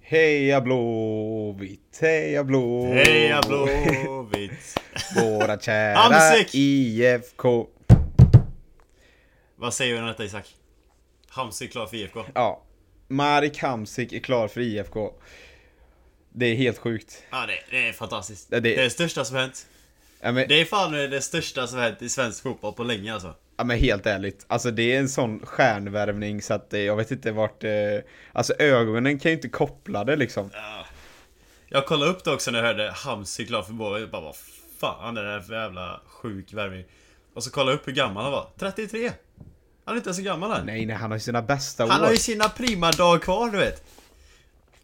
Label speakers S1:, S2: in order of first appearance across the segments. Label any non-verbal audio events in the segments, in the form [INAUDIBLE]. S1: Heja Blåvitt, heja Blåvitt.
S2: Heja Blåvitt! [LAUGHS]
S1: Våra kära
S2: Hamsik!
S1: IFK.
S2: Vad säger vi om detta Isak? Hamsik klar för IFK.
S1: Ja, Marek Hamsik är klar för IFK. Det är helt sjukt.
S2: Ja, det, det är fantastiskt.
S1: Ja,
S2: Det,
S1: det-
S2: är det största som hänt.
S1: Ja men,
S2: Det är fan det största som hänt i svensk fotboll på länge alltså.
S1: ja, men helt ärligt, alltså det är en sån stjärnvärvning så att eh, jag vet inte vart... Eh, alltså ögonen kan ju inte koppla det liksom.
S2: Jag kollade upp det också när jag hörde Hamsik klar för Blåvitt. Jag bara vad fan är det här för jävla sjuk värvning? Och så kollade jag upp hur gammal han var. 33! Han är inte ens så gammal än.
S1: Nej, nej, han har ju sina bästa
S2: Han
S1: år.
S2: har ju sina prima dagar kvar du vet.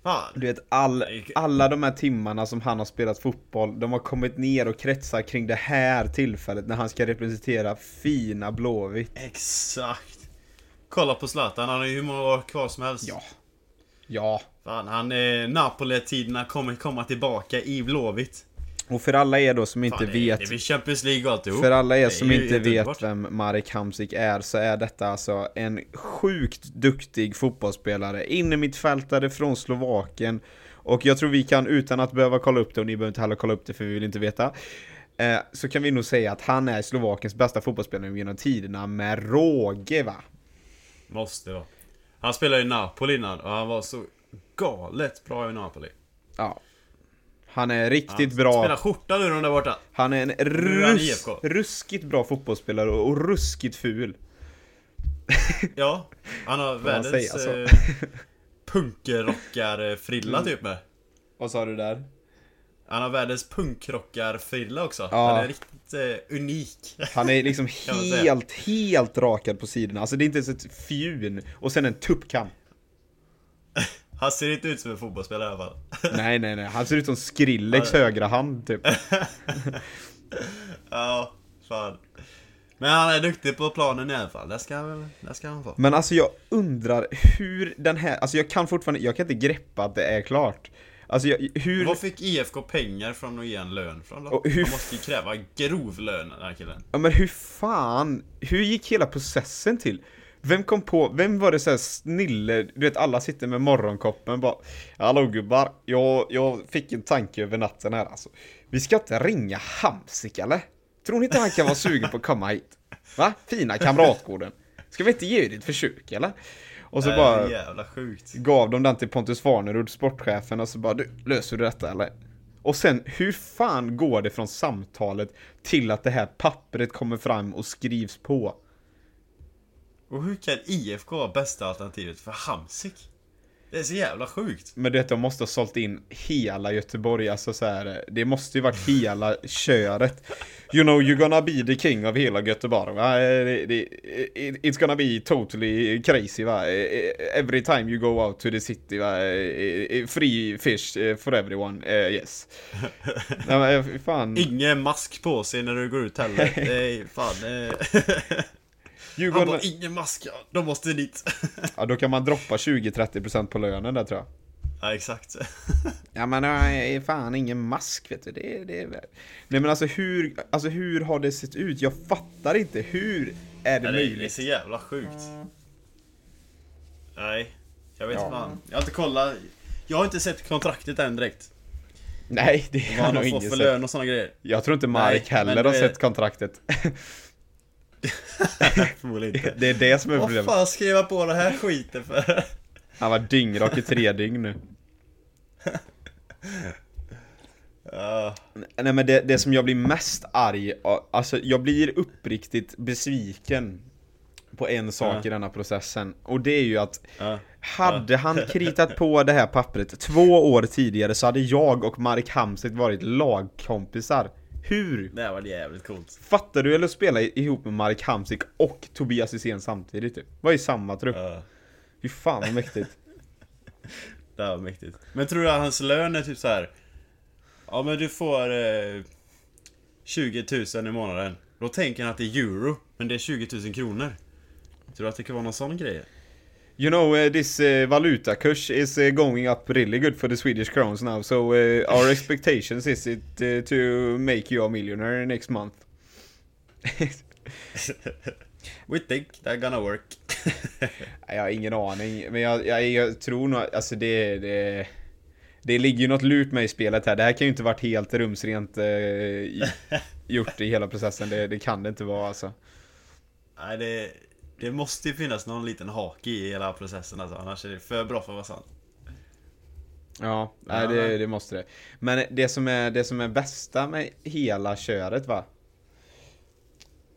S2: Fan.
S1: Du vet, all,
S2: gick-
S1: alla de här timmarna som han har spelat fotboll, de har kommit ner och kretsar kring det här tillfället när han ska representera fina Blåvitt.
S2: Exakt. Kolla på Zlatan, han har ju hur många år kvar som helst.
S1: Ja. Ja.
S2: Fan, han... Eh, Napoli-tiderna kommer komma tillbaka i Blåvitt.
S1: Och för alla er då som
S2: Fan,
S1: inte
S2: det,
S1: vet,
S2: Det blir Champions League och alltihop.
S1: för alla er
S2: Det är
S1: som
S2: ju
S1: inte
S2: helt underbart.
S1: vet vem Marek Hamsik är, så är detta alltså en sjukt duktig fotbollsspelare. Innermittfältare från Slovakien. Och jag tror vi kan, utan att behöva kolla upp det, och ni behöver inte heller kolla upp det för vi vill inte veta. eh, Så kan vi nog säga att han är Slovakiens bästa fotbollsspelare genom tiderna med råge va?
S2: Måste vara. Han spelade i Napoli innan och han var så galet bra i Napoli.
S1: Ja. Han är
S2: Han
S1: riktigt bra.
S2: Spelar skjorta nu de där borta.
S1: Han är en
S2: Nu är han
S1: rus
S2: IFK.
S1: ruskigt bra fotbollsspelare och och ruskigt ful.
S2: Ja, han har
S1: man alltså.
S2: världens
S1: säga så?
S2: eh, punkrockarfrilla
S1: Mm.
S2: typ med.
S1: Vad sa du där?
S2: Han har världens punkrockarfrilla också.
S1: Ja.
S2: Han är riktigt eh, unik.
S1: Han är liksom
S2: Kan man säga.
S1: helt, helt rakad på sidorna. Alltså det är inte ens ett fjun. Och sen en tuppkam.
S2: Han ser inte ut som en fotbollsspelare i alla fall.
S1: Nej, nej, nej. Han ser ut som Skrillex högra hand typ.
S2: Ja, fan. Men han är duktig på planen i alla fall. Det ska han, väl- det ska han få.
S1: Men alltså jag undrar hur den här, alltså jag kan fortfarande, jag kan inte greppa att det är klart. Alltså jag, hur...
S2: Var fick IFK pengar från att ge en lön från då?
S1: Och hur-
S2: Han måste ju kräva grov lön den här killen.
S1: Ja men hur fan, hur gick hela processen till? Vem kom på, vem var det såhär snille, du vet alla sitter med morgonkoppen bara Hallå gubbar, jag, jag fick en tanke över natten här alltså Vi ska inte ringa Hamsik eller? Tror ni inte han kan vara sugen på att komma hit? Va? Fina kamratgården Ska vi inte ge det ett försök eller? Och så
S2: Det är
S1: bara
S2: jävla sjukt.
S1: gav de den till Pontus Farnerud, sportchefen, och så bara du, löser du detta eller? Och sen, hur fan går det från samtalet till att det här pappret kommer fram och skrivs på?
S2: Och hur kan IFK vara bästa alternativet för Hamsik? Det är så jävla sjukt.
S1: Men du vet, de måste ha sålt in hela Göteborg, alltså så här, det måste ju varit hela köret. You know you're gonna be the king av hela Göteborg, va? Eh, Det- det- eh, it- It's gonna be totally crazy, va? Eh, Every time you go out to the city, va? Eh, Free fish for everyone, eh, yes. Nej, men eh, fan.
S2: Ingen mask på sig när du går
S1: [LAUGHS]
S2: ut heller. Det är fan... Eh...
S1: Djurgården...
S2: Han bara, ingen mask, ja, de måste dit. [LAUGHS]
S1: Ja, då kan man droppa 20-30% på lönen där tror jag.
S2: ja, exakt.
S1: Ja men nej, fan ingen mask vet du, det, det är väl... Nej men alltså hur, alltså hur har det sett ut? Jag fattar inte, hur är det
S2: Det är, det är
S1: möjligt?
S2: så jävla sjukt. Nej, jag vet
S1: Ja.
S2: fan. Jag har inte kollat. Jag har inte sett kontraktet
S1: [LAUGHS]
S2: än direkt.
S1: Nej, det har
S2: Vad han
S1: nog
S2: har fått
S1: ingen
S2: för
S1: sett.
S2: lön och såna
S1: [LAUGHS]
S2: grejer.
S1: Jag tror inte Mark
S2: Nej, men
S1: heller har
S2: det-
S1: sett [LAUGHS] kontraktet.
S2: Förmodligen inte.
S1: det är det som är
S2: Vad
S1: problemet.
S2: fan skriva på den här
S1: [LAUGHS]
S2: skiten för?
S1: Han var dyngrak i tre dygn nu.
S2: Ja,
S1: Nej men det, det som jag blir mest arg av- alltså jag blir uppriktigt besviken på en sak
S2: Ja.
S1: i denna processen. Och det är ju att
S2: ja.
S1: Hade han kritat på det här pappret två år tidigare så hade jag och Mark Hamsik varit lagkompisar. Hur?
S2: Det här var jävligt coolt.
S1: Fattar du? Eller spela ihop med Mark Hamsik och Tobias Hysén samtidigt typ. Var i samma trupp.
S2: Ja,
S1: Fy fan vad mäktigt.
S2: det här var mäktigt. Men tror du att hans lön är typ så här? Ja men du får eh, 20 000 i månaden. Då tänker han att det är euro, men det är 20 000 kronor. Tror du att det kan vara någon sån grej?
S1: You know eh, this eh, valutakurs is eh, going up really good for the Swedish crowns now so eh, our expectations is it eh, to make you a millionaire next month. [LAUGHS]
S2: [LAUGHS] We think they're gonna work. [LAUGHS]
S1: Nej, Jag har ingen aning, men jag, jag, jag tror nog, alltså det, det Det ligger ju något lurt med i spelet här. Det här kan ju inte varit helt rumsrent eh, i, gjort i hela processen. Det, det kan det inte vara alltså.
S2: Nej, det, det måste ju finnas någon liten hake i hela processen alltså, annars är det för bra för att vara sant.
S1: Ja, nej,
S2: Ja,
S1: det,
S2: nej.
S1: det måste det. Men det som är det som är bästa med hela köret va?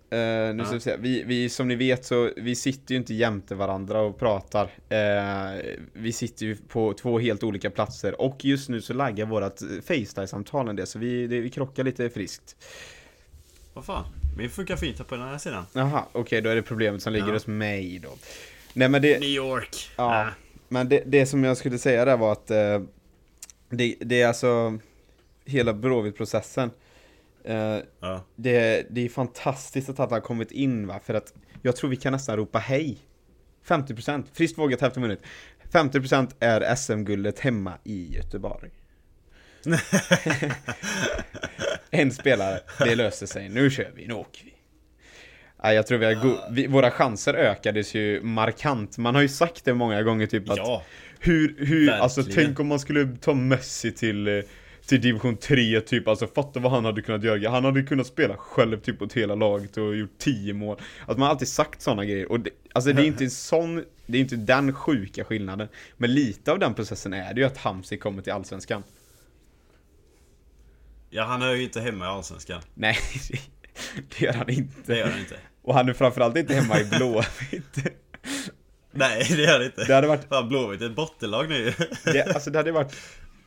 S1: Eh, nu
S2: Ja.
S1: ska vi, se. vi, vi som ni vet så vi sitter ju inte jämte varandra och pratar. Eh, vi sitter ju på två helt olika platser och just nu så laggar vårat Facetime-samtal en del så vi, det, vi krockar lite friskt.
S2: Vad fan? Min funkar fint här på den här sidan.
S1: Jaha, okej då är det problemet som ligger
S2: Ja.
S1: hos mig då. Nej men det,
S2: New York!
S1: Ja,
S2: Ah.
S1: men det, det som jag skulle säga där var att eh, det, det är alltså hela Bråvik-processen. Eh,
S2: Ja.
S1: det, det är fantastiskt att han har kommit in va, för att jag tror vi kan nästan ropa hej. 50%, friskt vågat hälften minut. 50% är SM-guldet hemma i Göteborg. [LAUGHS] en spelare, det löser sig, nu kör vi, nu åker vi. Nej, jag tror vi har go- vi, våra chanser ökades ju markant. Man har ju sagt det många gånger typ att
S2: ja.
S1: hur, hur,
S2: Verkligen.
S1: alltså tänk om man skulle ta Messi till, eh, till division 3 typ, alltså fatta vad han hade kunnat göra. Han hade kunnat spela själv typ åt hela laget och gjort 10 mål. Alltså man har alltid sagt sådana grejer och det, alltså det är
S2: [LAUGHS]
S1: inte en sån, det är inte den sjuka skillnaden. Men lite av den processen är det ju att Hamsik kommer till Allsvenskan.
S2: Ja, han är ju inte hemma i Allsvenskan.
S1: Nej, [LAUGHS] det- det gör han
S2: Det gör
S1: inte. [LAUGHS]
S2: han inte.
S1: Och han är framförallt inte hemma i Blåvitt.
S2: [LAUGHS] Nej, det gör han inte.
S1: Det hade varit
S2: Fan, Blåvitt är ett bottenlag nu [LAUGHS]
S1: Det, alltså det hade varit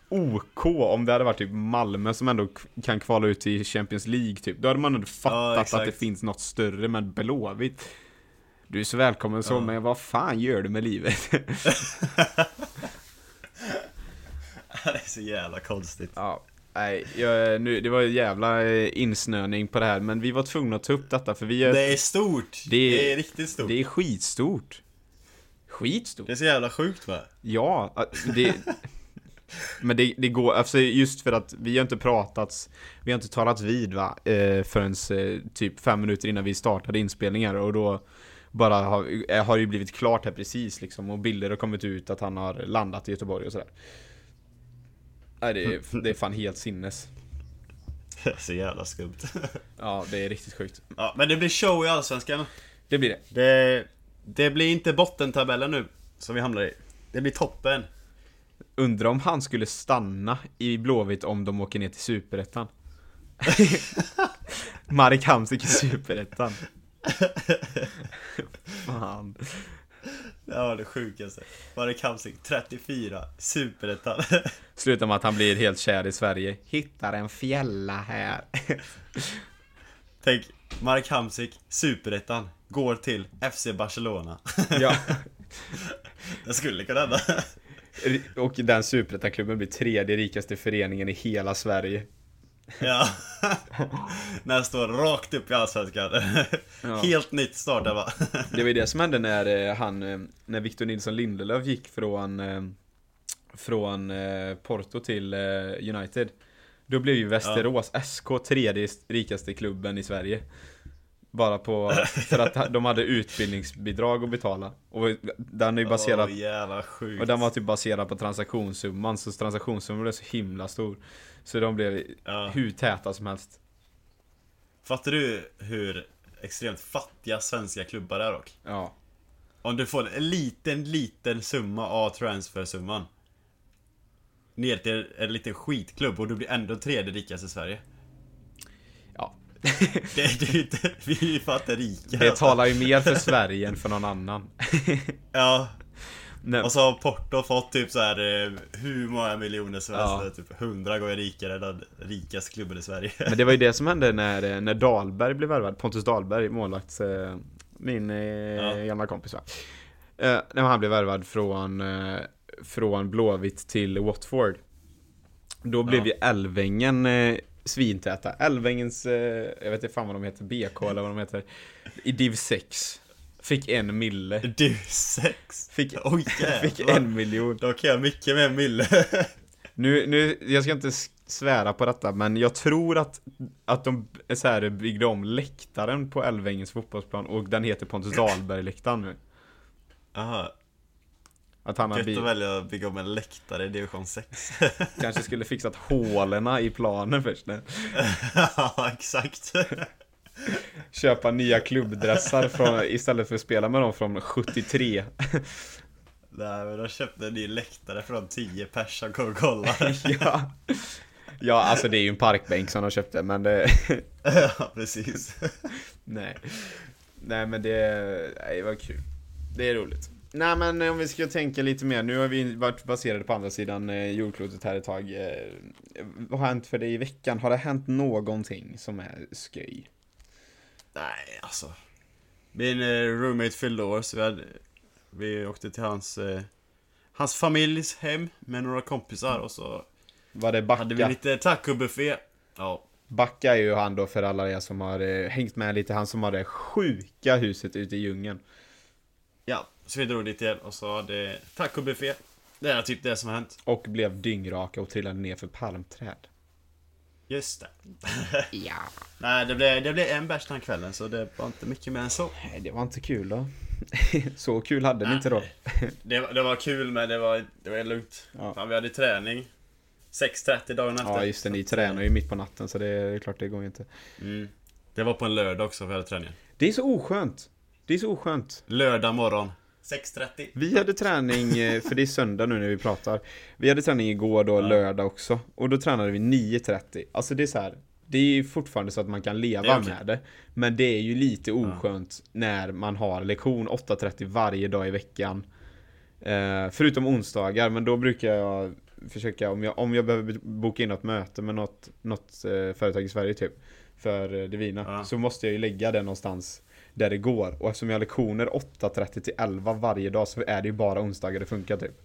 S1: OK om det hade varit typ Malmö som ändå k- kan kvala ut till Champions League typ. Då hade man ändå
S2: Ja,
S1: fattat
S2: exakt.
S1: att det finns något större men Blåvitt. Du är så välkommen så, men vad fan gör du med livet?
S2: Det är så jävla konstigt.
S1: ja, nej, jag, nu, det var en jävla eh, insnöning på det här, men vi var tvungna att ta upp detta för vi är, det,
S2: Det är stort!
S1: Det
S2: Det
S1: är-
S2: är, riktigt stort.
S1: är...
S2: Det är...
S1: skitstort. Skitstort?
S2: så jävla sjukt va? [LAUGHS]
S1: Ja, äh, det... Men det, det går, alltså just för att vi har inte pratats, vi har inte talat vid va, eh, förrän eh, typ fem minuter innan vi startade inspelningar och då bara har, eh, har det ju blivit klart här precis liksom och bilder har kommit ut att han har landat i Göteborg och sådär. Nej det är, det är fan helt sinnes.
S2: Det är så jävla skumt. [LAUGHS]
S1: Ja, det är riktigt sjukt.
S2: Ja, men det blir show i Allsvenskan.
S1: Det blir det.
S2: Det, det blir inte bottentabellen nu som vi hamnar i. Det
S1: [LAUGHS]
S2: blir toppen.
S1: Undrar om han skulle stanna i Blåvitt om de åker ner till Superettan. [LAUGHS] Marek Hamsik i Superettan. Fan.
S2: Ja, det sjukaste. Bara Kamsik 34, superettan. [LAUGHS]
S1: Slutar med att han blir helt kär i Sverige. Hittar en fjälla här.
S2: Tänk, Mark Hamsik, superettan, går till FC Barcelona.
S1: [LAUGHS] ja.
S2: [LAUGHS] Det skulle kunna hända.
S1: [LAUGHS] Och den Superettan-klubben blir tredje rikaste föreningen i hela Sverige.
S2: Ja. [LAUGHS] Nästa år rakt upp i Allsvenskan. [LAUGHS]
S1: Ja.
S2: Helt nytt startar va?
S1: Det var ju det som hände när eh, han, eh, när Victor Nilsson Lindelöf gick från, eh, från eh, Porto till eh, United. Då blev ju Västerås SK tredje rikaste klubben i Sverige. Bara på, för att ha- de hade utbildningsbidrag att betala. Och den är ju baserad,
S2: [LAUGHS] Åh, jävla sjukt.
S1: och den var typ baserad på transaktionssumman, så transaktionssumman blev så himla stor. Så de blev
S2: Ja.
S1: hur täta som helst.
S2: Fattar du hur extremt fattiga svenska klubbar är dock?
S1: Ja.
S2: Om du får en liten, liten summa av transfersumman Ner till en liten skitklubb och du blir ändå tredje rikaste i Sverige
S1: Ja.
S2: Det, det är ju inte, [LAUGHS] vi är ju fattiga rika alltså.
S1: Det talar ju mer för Sverige än för någon annan.
S2: Ja,
S1: Nej,
S2: och så har Porto fått typ så här eh, hur många miljoner som helst
S1: Ja.
S2: Det är Typ hundra gånger rikare än den rikaste klubben i Sverige [LAUGHS]
S1: Men det var ju det som hände när, när Dahlberg blev värvad, Pontus Dahlberg, målvakt, eh, min eh, gamla kompis va? Eh, när han blev värvad från, eh, från Blåvitt till Watford. Då blev ju Älvängen eh, svintäta. Älvängens, eh, jag vet inte fan vad de heter, BK eller vad de heter, i div 6. Fick en mille.
S2: Du, sex!
S1: Fick,
S2: Oj
S1: fick
S2: jävlar!
S1: en miljon.
S2: Då kan jag mycket med en mille
S1: Nu, nu, jag ska inte s- svära på detta, men jag tror att, att de b- så här byggde om läktaren på Älvängens fotbollsplan och den heter Pontus Dahlberg-läktaren nu.
S2: Aha.
S1: Att han har
S2: Gött
S1: bil.
S2: att välja att bygga om en läktare i division 6.
S1: Kanske skulle fixat hålorna i planen först. Nej.
S2: [LAUGHS] ja, exakt.
S1: Köpa nya klubbdressar från, istället för att spela med dem från 73.
S2: Nej, men de köpte en ny läktare från 10 pers som kom
S1: [LAUGHS]
S2: och kollade.
S1: [LAUGHS] ja. ja, alltså det är ju en parkbänk som de köpte, men det...
S2: ja, precis.
S1: Nej. Nej men det, nej, det var kul. Det är roligt. Nej men eh, om vi ska tänka lite mer, nu har vi varit baserade på andra sidan eh, jordklotet här ett tag. Eh, vad har hänt för dig i veckan? Har det hänt någonting som är sköj?
S2: Nej, alltså. Min eh, roommate fyllde år, så vi, hade, vi åkte till hans, eh, hans familjs hem med några kompisar och så
S1: Var det
S2: hade vi
S1: Backa?
S2: lite tacobuffé. Ja,
S1: Backa är ju han då för alla er som har eh, hängt med lite, han som har det sjuka huset ute i djungeln.
S2: ja. Så vi drog dit igen och så hade tacobuffé. Det är typ det som har hänt.
S1: Och blev dyngraka och trillade ner för palmträd.
S2: Just det.
S1: Ja.
S2: Nej, det blev, det blev en bärs den kvällen så det var inte mycket mer än så.
S1: Nej, det var inte kul då. [LAUGHS] Så kul hade ni inte då.
S2: Det, var- det var kul men det var, det var lugnt.
S1: Ja.
S2: Fan, vi hade träning. 6.30 dagen efter.
S1: Ja just det, ni tränar
S2: eh,
S1: ju mitt på natten så det är klart det går ju inte.
S2: Mm. Det var på en lördag också vi hade träningen.
S1: Det är så oskönt. Det är så oskönt.
S2: Lördag morgon. 6.30.
S1: Vi hade träning,
S2: [LAUGHS]
S1: eh, för det är söndag nu när vi pratar. Vi hade träning igår då, lördag också. Och då tränade vi 9.30. Alltså det är så här. Det är ju fortfarande så att man kan
S2: Det är
S1: leva
S2: okej.
S1: med det. Men det är ju lite oskönt när man har lektion 8.30 varje dag i veckan. Eh, förutom onsdagar, men då brukar jag försöka, om jag, om jag behöver boka in något möte med något, något eh, företag i Sverige typ, för eh, Divina,
S2: Ja.
S1: så måste jag ju lägga det någonstans där det går. Och eftersom jag har lektioner 8.30 till 11 varje dag så är det ju bara onsdagar det funkar typ.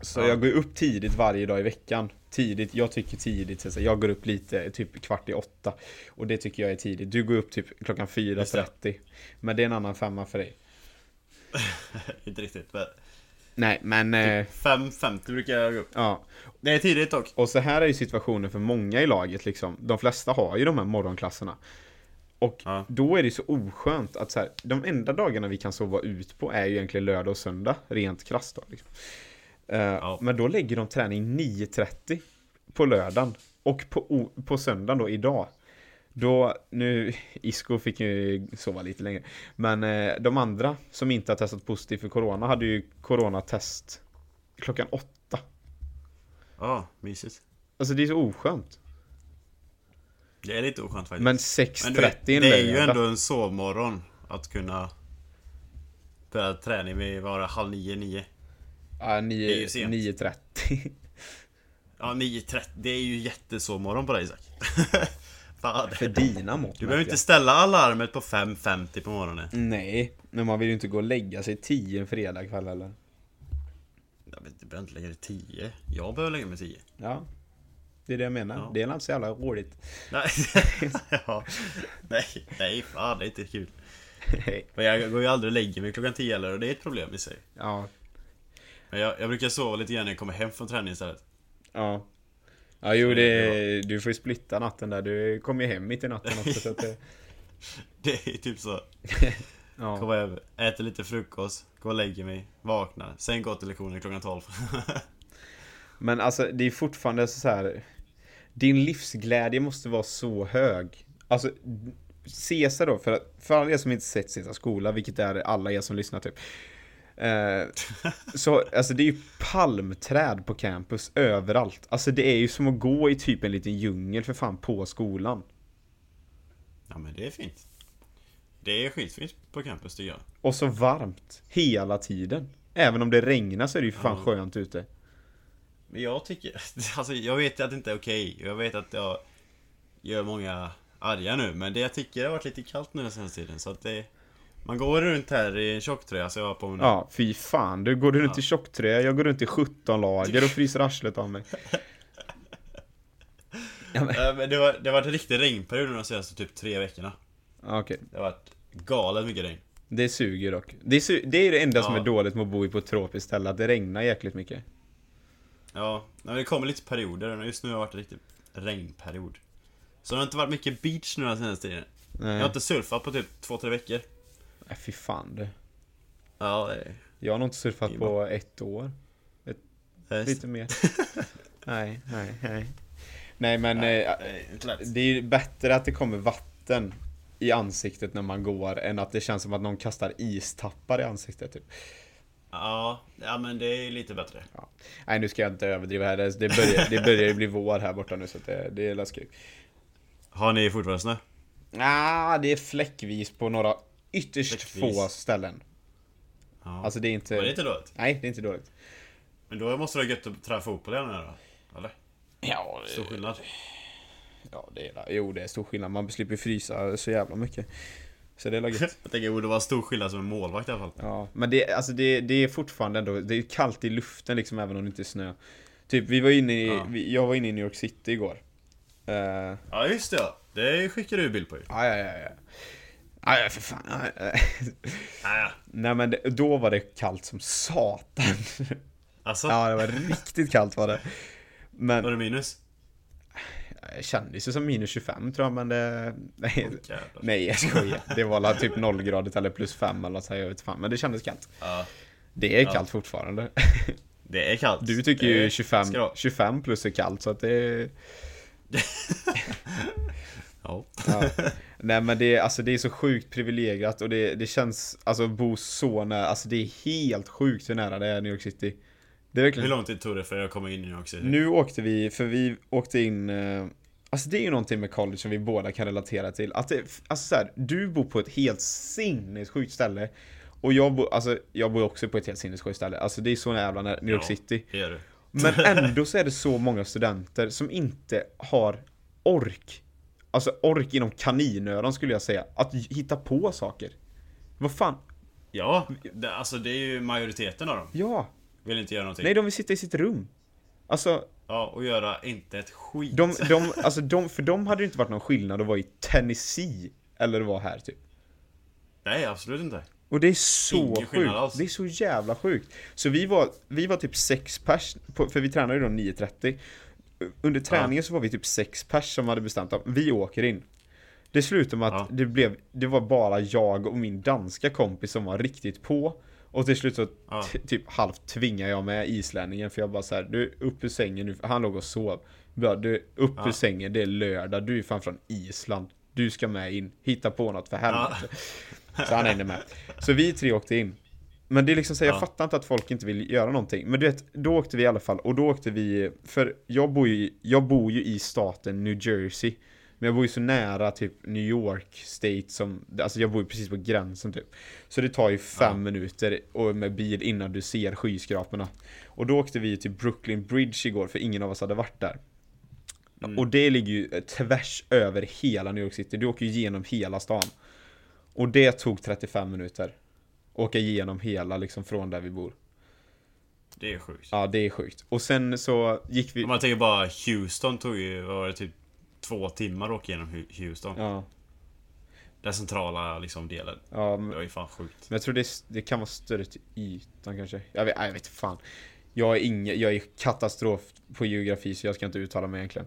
S1: Så
S2: Ja.
S1: jag går ju upp tidigt varje dag i veckan. Tidigt, jag tycker tidigt, så jag går upp lite, typ kvart i åtta. Och det tycker jag är tidigt. Du går upp typ klockan 4.30. Men det är en annan femma för dig.
S2: Mm. Inte riktigt men.
S1: Nej, men...
S2: Typ.
S1: Eh,
S2: 5.50 brukar jag gå upp.
S1: ja.
S2: Det är tidigt dock.
S1: Och så här är ju situationen för många i laget liksom. De flesta har ju de här morgonklasserna. Och
S2: Ja.
S1: då är det så oskönt att så här, de enda dagarna vi kan sova ut på är ju egentligen lördag och söndag, rent krasst då. Liksom. Eh, Men då lägger de träning 9.30 på lördagen och på, o- på söndagen då idag. Då, nu, [LAUGHS] Isko fick ju sova lite längre. Men eh, de andra som inte har testat positivt för corona hade ju coronatest klockan åtta.
S2: Ja, mysigt.
S1: Alltså det är så oskönt.
S2: Det är lite oskönt
S1: Men
S2: faktiskt. Men
S1: 6.30
S2: du vet, det
S1: en
S2: är ju
S1: lördag.
S2: ändå en sovmorgon att kunna börja träning vid var det, halv nio, nio.
S1: Ja,
S2: det är
S1: nio-
S2: ju sent.
S1: 9.30.
S2: Ja, 9.30. Det är ju jättesovmorgon på dig Isak. [LAUGHS]
S1: [LAUGHS]
S2: Fan.
S1: För dina mått
S2: Du
S1: mätt,
S2: behöver
S1: ja.
S2: inte ställa alarmet på 5.50 på morgonen.
S1: Nej, men man vill ju inte gå och lägga sig 10 en fredagkväll eller?
S2: Ja, men du behöver inte lägga dig 10. Jag behöver lägga mig 10.
S1: Ja. Det är det jag menar.
S2: Ja.
S1: Det är inte så jävla roligt.
S2: Nej. ja. Nej, nej, fan det är inte kul.
S1: Nej.
S2: Men jag går ju aldrig och lägger mig klockan 10 heller och det är ett problem i sig.
S1: [LAUGHS] ja.
S2: Men jag, jag brukar sova lite grann när jag kommer hem från träningen istället. [LAUGHS]
S1: Ja. Ja, jo,
S2: Så
S1: det,
S2: det
S1: du får ju splitta natten där. Du kommer ju hem mitt i natten också. Så att det,
S2: Det är typ så.
S1: [LAUGHS] ja.
S2: Kommer hem, äter lite frukost, går och lägger mig, vaknar, sen går till lektionen klockan 12.
S1: Men alltså, det är fortfarande så här. Din livsglädje måste vara så hög. Alltså, Caesar då, för, att- för alla er som inte sett Caesars skola, vilket är alla er som lyssnar typ. Eh,
S2: [LAUGHS]
S1: så alltså det är ju palmträd på campus överallt. Alltså det är ju som att gå i typ en liten djungel för fan på skolan.
S2: [LAUGHS] ja men det är fint. Det är skitfint på campus tycker jag.
S1: Och så varmt. Hela tiden. Även om det regnar så är det ju för fan
S2: Ja.
S1: skönt ute.
S2: Men jag tycker, [LAUGHS] alltså jag vet att det inte är okej. Jag vet att jag gör många arga nu, men det jag tycker det har varit lite kallt nu den senaste tiden så att det... Man går runt här i en tjocktröja så jag har på mig nu.
S1: Ja, fy fan. Du går runt
S2: Ja.
S1: i tjocktröja, jag går runt i 17 lager
S2: [LAUGHS]
S1: och fryser arslet av mig. Ja, men,
S2: Nej, Eh, men det, var, det har varit en riktig regnperiod nu de senaste typ tre veckorna.
S1: ja, okej.
S2: Det har varit galet mycket regn.
S1: Det suger dock. Det är, su- det är det enda som
S2: Ja.
S1: är dåligt med att bo i på ett tropiskt ställe, att det regnar jäkligt mycket.
S2: Ja, nej, men det kommer lite perioder och just nu har det varit en riktig regnperiod. Så det har inte varit mycket beach nu den senaste tiden.
S1: Nej,
S2: Jag har inte surfat på typ två, tre veckor.
S1: Nej, fy fan du.
S2: Ja, det är
S1: Jag har nog inte surfat
S2: Det är
S1: på ett år.
S2: Häst.
S1: Lite
S2: [LAUGHS]
S1: mer. nej, nej, nej. Nej men eh,
S2: Nej, inte lätt.
S1: det är ju bättre att det kommer vatten i ansiktet när man går än att det känns som att någon kastar istappar i ansiktet typ.
S2: Ja, ja, men det är lite bättre.
S1: Ja. Nej nu ska jag inte överdriva här. Det börjar, det börjar ju bli vår här borta nu så att det, det är läskigt.
S2: Har ni fortfarande snö?
S1: Ah, det är fläckvis på några ytterst
S2: Fläckvis.
S1: få ställen.
S2: Ja.
S1: Alltså det är inte...
S2: Men det är inte dåligt.
S1: Nej, det är inte dåligt.
S2: Men då måste det vara gött att träna fotboll igen här då? Eller?
S1: Ja,
S2: Stor skillnad.
S1: ja det är, jo, det är stor skillnad. Man slipper frysa så jävla mycket. Så det är
S2: [LAUGHS]
S1: lagligt.
S2: [LAUGHS] Jag tänker oh, det borde vara stor skillnad som en målvakt i alla fall.
S1: Ja, men det, alltså det, det är fortfarande ändå, det är kallt i luften liksom även om det inte är snö. Typ, vi var inne i,
S2: Ja.
S1: vi, jag var inne i New York City igår. Eh,
S2: Ja just det ja. Det skickade du bild på ju.
S1: ja, ja, ja, ja. Aj, ja, för fan. aj, aj. [LAUGHS]
S2: Ja,
S1: Nej men det, då var det kallt som satan. [LAUGHS]
S2: alltså,
S1: Ja, det var riktigt kallt var det. Men
S2: [LAUGHS] var det minus?
S1: det kändes ju som minus 25 tror jag, men det... Nej,
S2: Jävlar.
S1: nej jag skojar. Det var la typ 0 gradigt eller plus 5 eller så, här, jag vet fan. Men det kändes kallt.
S2: Ja,
S1: Det är kallt
S2: [LAUGHS]
S1: fortfarande.
S2: det är kallt.
S1: Du tycker
S2: Det
S1: ju 25,
S2: ska det vara.
S1: 25 plus är kallt, så att det...
S2: Ja.
S1: Ja. [LAUGHS] Nej men det, är- alltså, det är så sjukt privilegierat och det, det känns, alltså bo så nära, alltså det är helt sjukt hur nära det är New York City. Det är
S2: [LAUGHS] Hur
S1: verkligen...
S2: lång tid tog det för att komma in i New York City?
S1: Nu åkte vi, för vi åkte in, eh, alltså det är ju någonting med college som vi båda kan relatera till. Att det, alltså så här, du bor på ett helt sinnessjukt ställe. Och jag bor, alltså jag bor också på ett helt sinnessjukt ställe. Alltså det är så jävla nära New York
S2: Ja,
S1: City.
S2: Det gör du.
S1: Men ändå så är det så många studenter som inte har ork. Alltså ork inom kaninöron skulle jag säga. Att hitta på saker. Vad fan?
S2: Ja, det, alltså det är ju majoriteten av dem.
S1: Ja.
S2: Vill inte göra någonting.
S1: Nej, de vill sitta i sitt rum. Alltså,
S2: Ja, och göra inte ett skit.
S1: de, de, alltså de, för de hade det inte varit någon skillnad att vara i Tennessee eller att vara här typ.
S2: Nej, absolut inte.
S1: Och det är så
S2: Ingen skillnad
S1: sjukt.
S2: alls.
S1: Det är så jävla sjukt. Så vi var, vi var typ sex pers, på, för vi tränade ju då 9.30. Under träningen så var vi typ sex pers som hade bestämt att vi åker in. Det slutade med att
S2: Ja.
S1: det, blev, det var bara jag och min danska kompis som var riktigt på. Och till slut så
S2: Ja.
S1: t- typ halvt tvingade jag med islänningen för jag bara så här, du upp ur sängen nu. Han låg och sov. Jag Bara, du upp ur
S2: Ja.
S1: sängen, det är lördag, du är fan från Island. Du ska med in, hitta på något för helvete. Så han hängde med. Så vi tre åkte in. Men det är liksom så här, jag
S2: Ja.
S1: fattar inte att folk inte vill göra någonting. Men du vet, då åkte vi i alla fall. Och då åkte vi, för jag bor ju, jag bor ju i staten New Jersey. Men jag bor ju så nära typ New York State som, alltså jag bor ju precis på gränsen typ. Så det tar ju fem minuter och med bil innan du ser skyskraporna. Och då åkte vi till Brooklyn Bridge igår för ingen av oss hade varit där. Och det ligger ju eh, tvärs över hela New York City, du åker ju igenom hela stan. Och det tog 35 minuter. Åka igenom hela liksom från där vi bor.
S2: Det är sjukt.
S1: Ja, det är sjukt. Och sen så gick vi...
S2: Om man tänker bara Houston tog ju, vad var det, typ två timmar att åka genom Hu- Houston.
S1: Ja,
S2: Den centrala liksom delen.
S1: ja men
S2: Det var ju fan sjukt.
S1: men jag tror det, är- det kan vara större till ytan kanske. Jag vet, nej, jag vet fan. Jag är, inge, jag är katastrof på geografi så jag ska inte uttala mig
S2: [LAUGHS]
S1: egentligen.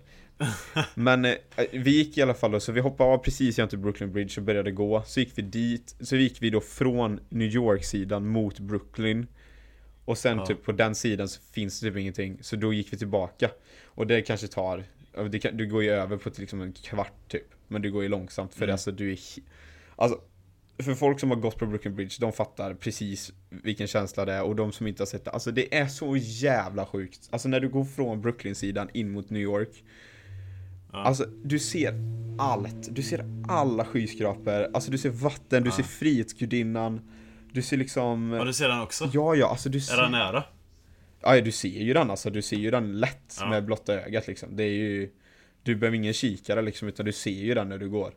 S1: Men eh, vi gick i alla fall då, så vi hoppade av precis jämte Brooklyn Bridge och började gå. Så gick vi dit, så gick vi då från New York-sidan mot Brooklyn. Och sen
S2: Ja.
S1: typ på den sidan så finns det typ ingenting, så då gick vi tillbaka. Och det kanske tar, ja, det kan, du går ju över på till liksom en kvart typ. Men det går ju långsamt för
S2: Mm.
S1: alltså du är he- Alltså, för folk som har gått på Brooklyn Bridge, de fattar precis vilken känsla det är. Och de som inte har sett det, alltså det är så jävla sjukt. Alltså när du går från Brooklyn-sidan in mot New York. Alltså du ser allt, du ser alla skyskrapor, alltså du ser vatten, du ser Frihetsgudinnan. Du ser liksom...
S2: Ja, du ser den också?
S1: Ja, ja, alltså du
S2: Är den
S1: ser,
S2: nära?
S1: ja, du ser ju den alltså. Du ser ju den lätt
S2: Ja.
S1: med blotta ögat liksom. Det är ju... Du behöver ingen kikare liksom, utan du ser ju den när du går.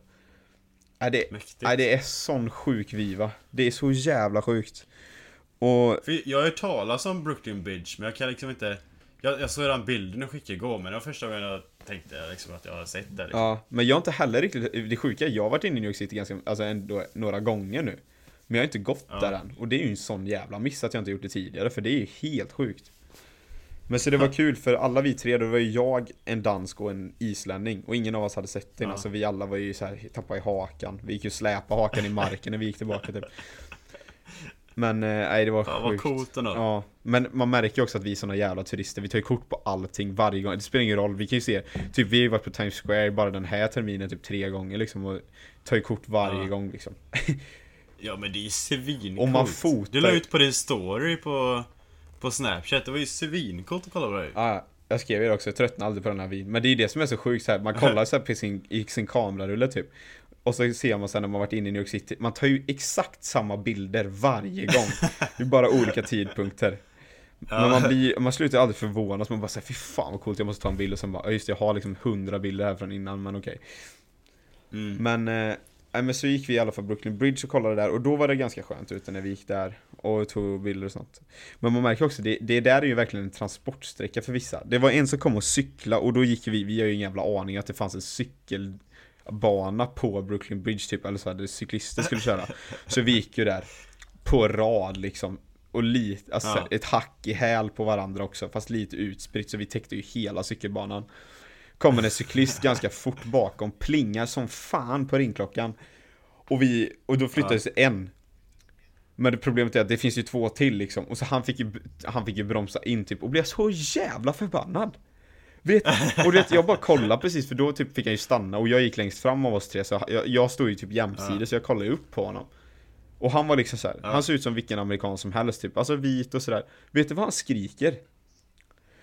S1: Ja, det,
S2: Mäktigt.
S1: ja, det är sån sjuk viva. Det är så jävla sjukt. Och...
S2: För jag har hört talas om Brooklyn Bridge, men jag kan liksom inte... Jag, jag såg den bilden och skickade igår, men det var första gången jag tänkte liksom, att jag har sett det. Liksom.
S1: Ja, men jag har inte heller riktigt... Det sjuka är, jag har varit inne i New York City ganska... Alltså ändå några gånger nu. Men jag har inte gått där än. Och det är ju en sån jävla miss att jag inte gjort det tidigare, för det är ju helt sjukt. Men så det
S2: [LAUGHS]
S1: var kul för alla vi tre, då var ju jag, en dansk och en islänning och ingen av oss hade sett det innan
S2: Ja.
S1: så vi alla
S2: [LAUGHS]
S1: var ju så här tappade i hakan. Vi gick ju släpa hakan i marken när vi gick tillbaka typ. Men eh, nej, det var
S2: Ja, vad
S1: sjukt.
S2: coolt ändå.
S1: Ja, men man märker ju också att vi är såna jävla turister. Vi tar ju kort på allting varje gång. Det spelar ingen roll. Vi kan ju se, typ vi har ju varit på Times Square bara den här terminen typ tre gånger liksom och tar ju kort varje
S2: Ja.
S1: gång liksom. [LAUGHS]
S2: Ja men det är ju svincoolt.
S1: Om man fotar-
S2: Du la ut på din story på, på Snapchat. Det var ju svincoolt att kolla på dig.
S1: Ja, jag skrev ju det också, jag tröttnar aldrig på den här videon. Men det är ju det som är så sjukt så här. man kollar så här på sin, i sin kamerarulle typ. Och så ser man sen när man varit inne i New York City, man tar ju exakt samma bilder varje gång. Det är bara olika tidpunkter. Men man, blir, man slutar aldrig förvånas, man bara säger fy fan vad coolt, jag måste ta en bild och sen bara, "Ja, just det, jag har liksom hundra bilder här från innan, men okej.
S2: Mm.
S1: Men, eh, nej, men så gick vi i alla fall Brooklyn Bridge och kollade där och då var det ganska skönt ute när vi gick där och tog bilder och sånt. Men man märker också, det, det där är ju verkligen en transportsträcka för vissa. Det var en som kom och cykla och då gick vi, vi har ju ingen jävla aning att det fanns en cykelbana på Brooklyn Bridge typ, eller så här, där cyklister skulle
S2: [LAUGHS]
S1: köra. Så vi gick ju där på rad liksom. Och lite, alltså,
S2: Ja.
S1: ett hack i häl på varandra också, fast lite utspritt så vi täckte ju hela cykelbanan kommer en cyklist ganska fort bakom, plingar som fan på ringklockan. Och, vi, och då flyttades en. Men det problemet är att det finns ju två till liksom. Och så han fick ju, han fick ju bromsa in typ och blev så jävla förbannad. Vet, och du vet, jag bara kollade precis för då typ fick han ju stanna och jag gick längst fram av oss tre så jag, jag stod ju typ jämsides så jag kollade ju upp på honom. Och han var liksom så här, han ser ut som vilken amerikan som helst typ, alltså vit och sådär. Vet du vad han skriker?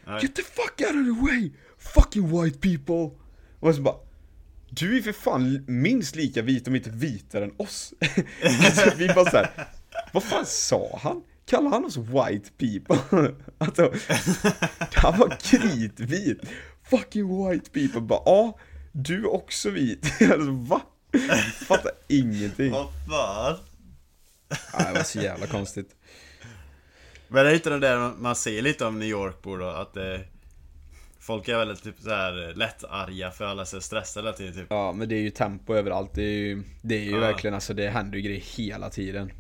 S2: Nej.
S1: Get the fuck out of the way! Fucking white people! Och så bara Du är för fan minst lika vit om inte vitare än oss! [LAUGHS] alltså, vi bara såhär Vad fan sa han? Kallar han oss white people? [LAUGHS] alltså Han var kritvit! Fucking white people! Bara ja, du är också vit! [LAUGHS] alltså va? Fattar ingenting!
S2: Vad fan?
S1: Nej, det var så jävla konstigt
S2: Men det är inte den där man ser lite om New York-bor då, att eh, Folk är väldigt typ så här lättarga för alla är så stressade hela tiden typ.
S1: Ja, men det är ju tempo överallt. Det är ju, det är ju
S2: Ja.
S1: verkligen alltså, det händer ju grejer hela tiden.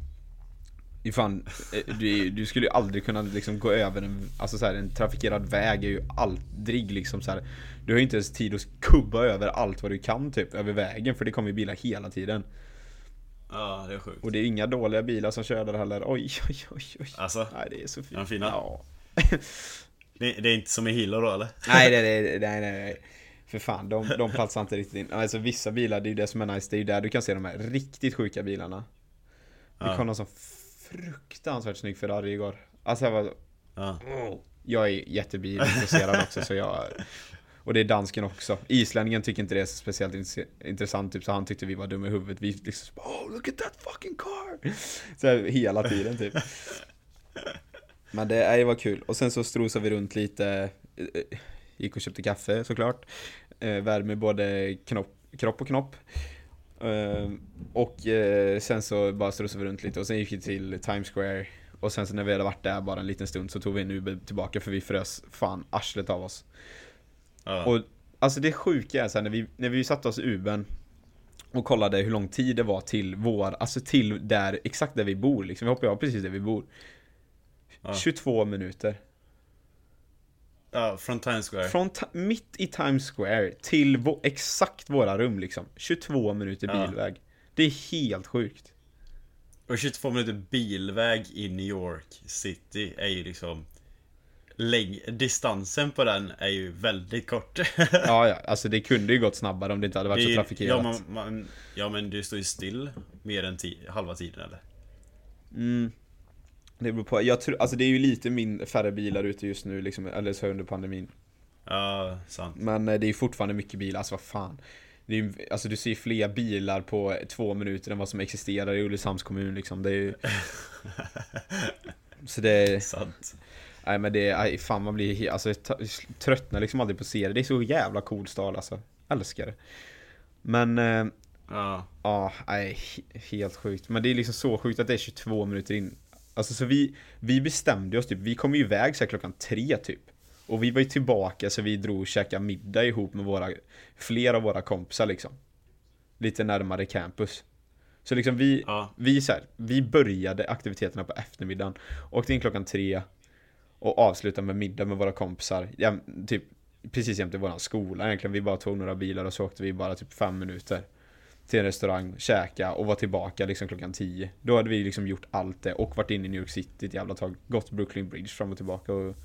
S1: Det är Fan, eh, du, du skulle ju aldrig kunna liksom gå över en, alltså så här, en trafikerad väg är ju aldrig liksom så här. Du har ju inte ens tid att kubba över allt vad du kan typ över vägen för det kommer ju bilar hela tiden.
S2: Ja, det är sjukt.
S1: Och det är inga dåliga bilar som kör där heller. Oj, oj, oj, oj.
S2: Alltså,
S1: Nej, det är så fint.
S2: de fina?
S1: Ja.
S2: det, det är inte som i Hilo då eller?
S1: Nej, nej, nej, nej, nej, nej. För fan, de, de platsar inte riktigt in. Alltså vissa bilar, det är ju det som är nice. Det är ju där du kan se de här riktigt sjuka bilarna. Vi
S2: Ja.
S1: kom någon som fruktansvärt snygg Ferrari igår. Alltså jag var...
S2: Ja.
S1: Jag är jättebilintresserad också så jag... Och det är dansken också. Islänningen tycker inte det är speciellt inse- intressant typ, så han tyckte vi var dumma i huvudet. Vi liksom Oh look at that fucking car! Så här, hela tiden typ. Men det, nej, det var kul. Och sen så strosade vi runt lite. eh, eh, Gick och köpte kaffe såklart. Eh, Värme både knopp, kropp och knopp. Eh, Och eh, sen så bara strosade vi runt lite och sen gick vi till Times Square. Och sen så när vi hade varit där bara en liten stund så tog vi en Uber tillbaka för vi frös fan arslet av oss.
S2: Ja.
S1: Och alltså det sjuka är så här, när vi, när vi satte oss i Ubern och kollade hur lång tid det var till vår, alltså till där, exakt där vi bor liksom. Vi hoppade av precis där vi bor.
S2: Ja.
S1: 22 minuter.
S2: ja, från Times Square.
S1: Från ta- mitt i Times Square till vå- exakt våra rum liksom. 22 minuter
S2: Ja.
S1: bilväg. Det är helt sjukt.
S2: Och 22 minuter bilväg i New York City är ju liksom läng- Distansen på den är ju väldigt kort. [LAUGHS]
S1: Ja, ja, alltså det kunde ju gått snabbare om det inte hade
S2: Det
S1: varit
S2: är
S1: så
S2: ju-
S1: trafikerat.
S2: Ja, man, man, ja men du står ju still mer än ti- halva tiden eller?
S1: Det beror på, jag tror, alltså det är ju lite mindre, färre bilar ute just nu liksom, eller så under pandemin.
S2: Ja, sant. [LAUGHS]
S1: Men eh, det är ju fortfarande mycket bilar, alltså vad fan. Det är, ju- alltså du ser ju fler bilar på två minuter än vad som existerar i Ulricehamns kommun liksom. Det är ju... Så det är...
S2: Sant.
S1: Nej men det är, aj, fan man blir he- alltså, t- tröttnar liksom aldrig på att se det. Det är så jävla cool stad alltså. Älskar det. Men, eh,
S2: Ja.
S1: ja, nej, he- helt sjukt. Men det är liksom så sjukt att det är 22 minuter in. Alltså så vi, vi bestämde oss typ, vi kom ju iväg så här klockan tre typ. Och vi var ju tillbaka så vi drog och käkade middag ihop med våra, flera av våra kompisar liksom. Lite närmare campus. Så liksom vi,
S2: Ja.
S1: vi, så här, vi började aktiviteterna på eftermiddagen, åkte in klockan tre och avslutade med middag med våra kompisar. Ja, typ precis jämte våran skola egentligen. Vi bara tog några bilar och så åkte vi bara typ fem minuter. till en restaurang, käka och vara tillbaka liksom klockan 10. Då hade vi liksom gjort allt det och varit inne i New York City ett jävla tag. Gått Brooklyn Bridge fram och tillbaka och...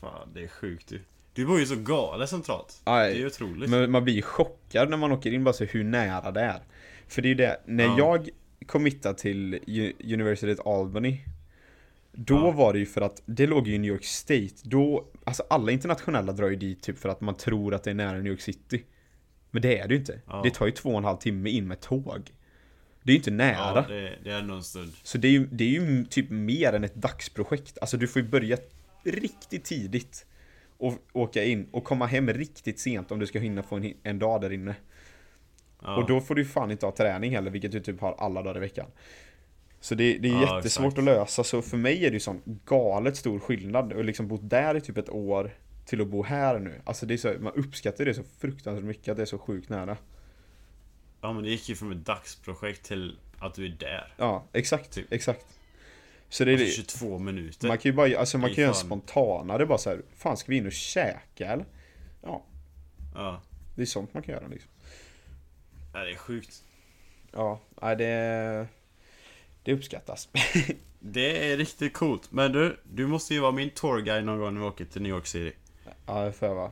S2: Fan, det är sjukt du. Du bor ju så galet centralt.
S1: Aj.
S2: Det är otroligt.
S1: Men man blir ju chockad när man åker in bara så hur nära det är. För det är ju det, när
S2: Ja.
S1: jag committade till U- University of Albany Då
S2: Ja.
S1: var det ju för att det låg ju i New York State. Då, alltså alla internationella drar ju dit typ för att man tror att det är nära New York City. Men det är det ju inte.
S2: Ja.
S1: Det tar ju två och en halv timme in med tåg. Det är ju inte nära.
S2: Ja, det, det är nog en stund.
S1: Så det är, ju, det är ju typ mer än ett dagsprojekt. Alltså du får ju börja riktigt tidigt och åka in och komma hem riktigt sent om du ska hinna få en, en dag där inne.
S2: Ja.
S1: Och då får du ju fan inte ha träning heller, vilket du typ har alla dagar i veckan. Så det, det är
S2: Ja,
S1: jättesvårt
S2: exakt.
S1: att lösa, så för mig är det ju sån galet stor skillnad och liksom bott där i typ ett år till att bo här nu. Alltså det är så, man uppskattar det så fruktansvärt mycket att det är så sjukt nära.
S2: Ja men det gick ju från ett dagsprojekt till att du är där.
S1: Ja, exakt,
S2: Typ.
S1: exakt. Så det är
S2: Alltså 22 minuter.
S1: Man kan ju bara, alltså man
S2: Det är
S1: kan göra en
S2: fan-
S1: spontanare bara så här. Fan ska vi in och käka eller? Ja,
S2: Ja.
S1: det är sånt man kan göra liksom.
S2: ja, det är sjukt.
S1: Ja, nej det... Det uppskattas.
S2: Det är riktigt coolt. Men du, du måste ju vara min tourguide någon gång när vi åker till New York City.
S1: [LAUGHS] ja, det får jag vara.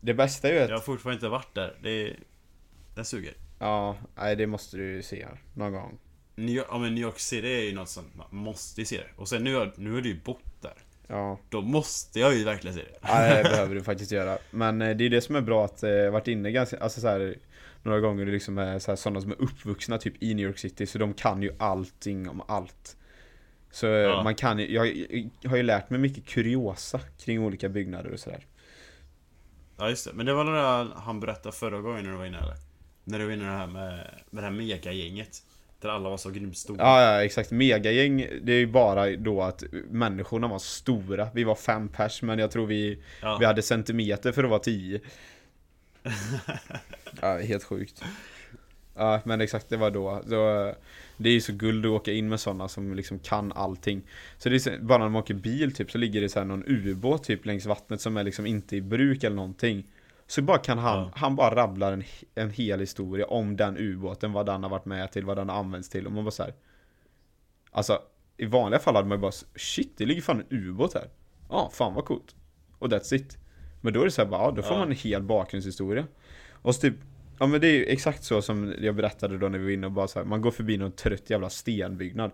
S1: Det bästa är ju att...
S2: Jag har fortfarande inte varit där. Det, är- det suger.
S1: Ja, nej det måste du ju se här någon gång.
S2: New York, ja, men New York City är ju något som man måste se det. Och sen nu, har- nu är du ju bott där.
S1: Ja,
S2: Då måste jag ju verkligen se det.
S1: nej, det behöver du faktiskt göra. Men eh, det är det som är bra att eh, varit inne ganska, alltså så här, några gånger och liksom är så här, sådana som är uppvuxna typ i New York City så de kan ju allting om allt. Så eh,
S2: Ja.
S1: man kan ju- jag, jag har ju lärt mig mycket kuriosa kring olika byggnader och sådär.
S2: Ja just det, men det var det han berättade förra gången när du var inne eller? När du var inne i det här med, med det här megagänget. Där alla var så grymt stora.
S1: Ja, ja, exakt. Megagäng, det är ju bara då att människorna var stora. Vi var fem pers, men jag tror vi,
S2: Ja.
S1: vi hade centimeter för att vara
S2: [LAUGHS]
S1: tio. ja, helt sjukt. Ja, men exakt, det var då. då det är ju så guld att åka in med sådana som liksom kan allting. Så det är så, bara när man åker bil typ så ligger det så här någon ubåt typ längs vattnet som är liksom inte i bruk eller någonting. Så bara kan han,
S2: Ja.
S1: han bara rabblar en, en hel historia om den ubåten, vad den har varit med till, vad den har använts till och man bara så här. Alltså i vanliga fall hade man ju bara shit det ligger fan en ubåt här. Ja, ah, fan vad coolt. Och that's it. Men då är det så här bara, ah, då får
S2: Ja.
S1: man en hel bakgrundshistoria. Och så typ, ja men det är ju exakt så som jag berättade då när vi var inne och bara så här, man går förbi någon trött jävla stenbyggnad.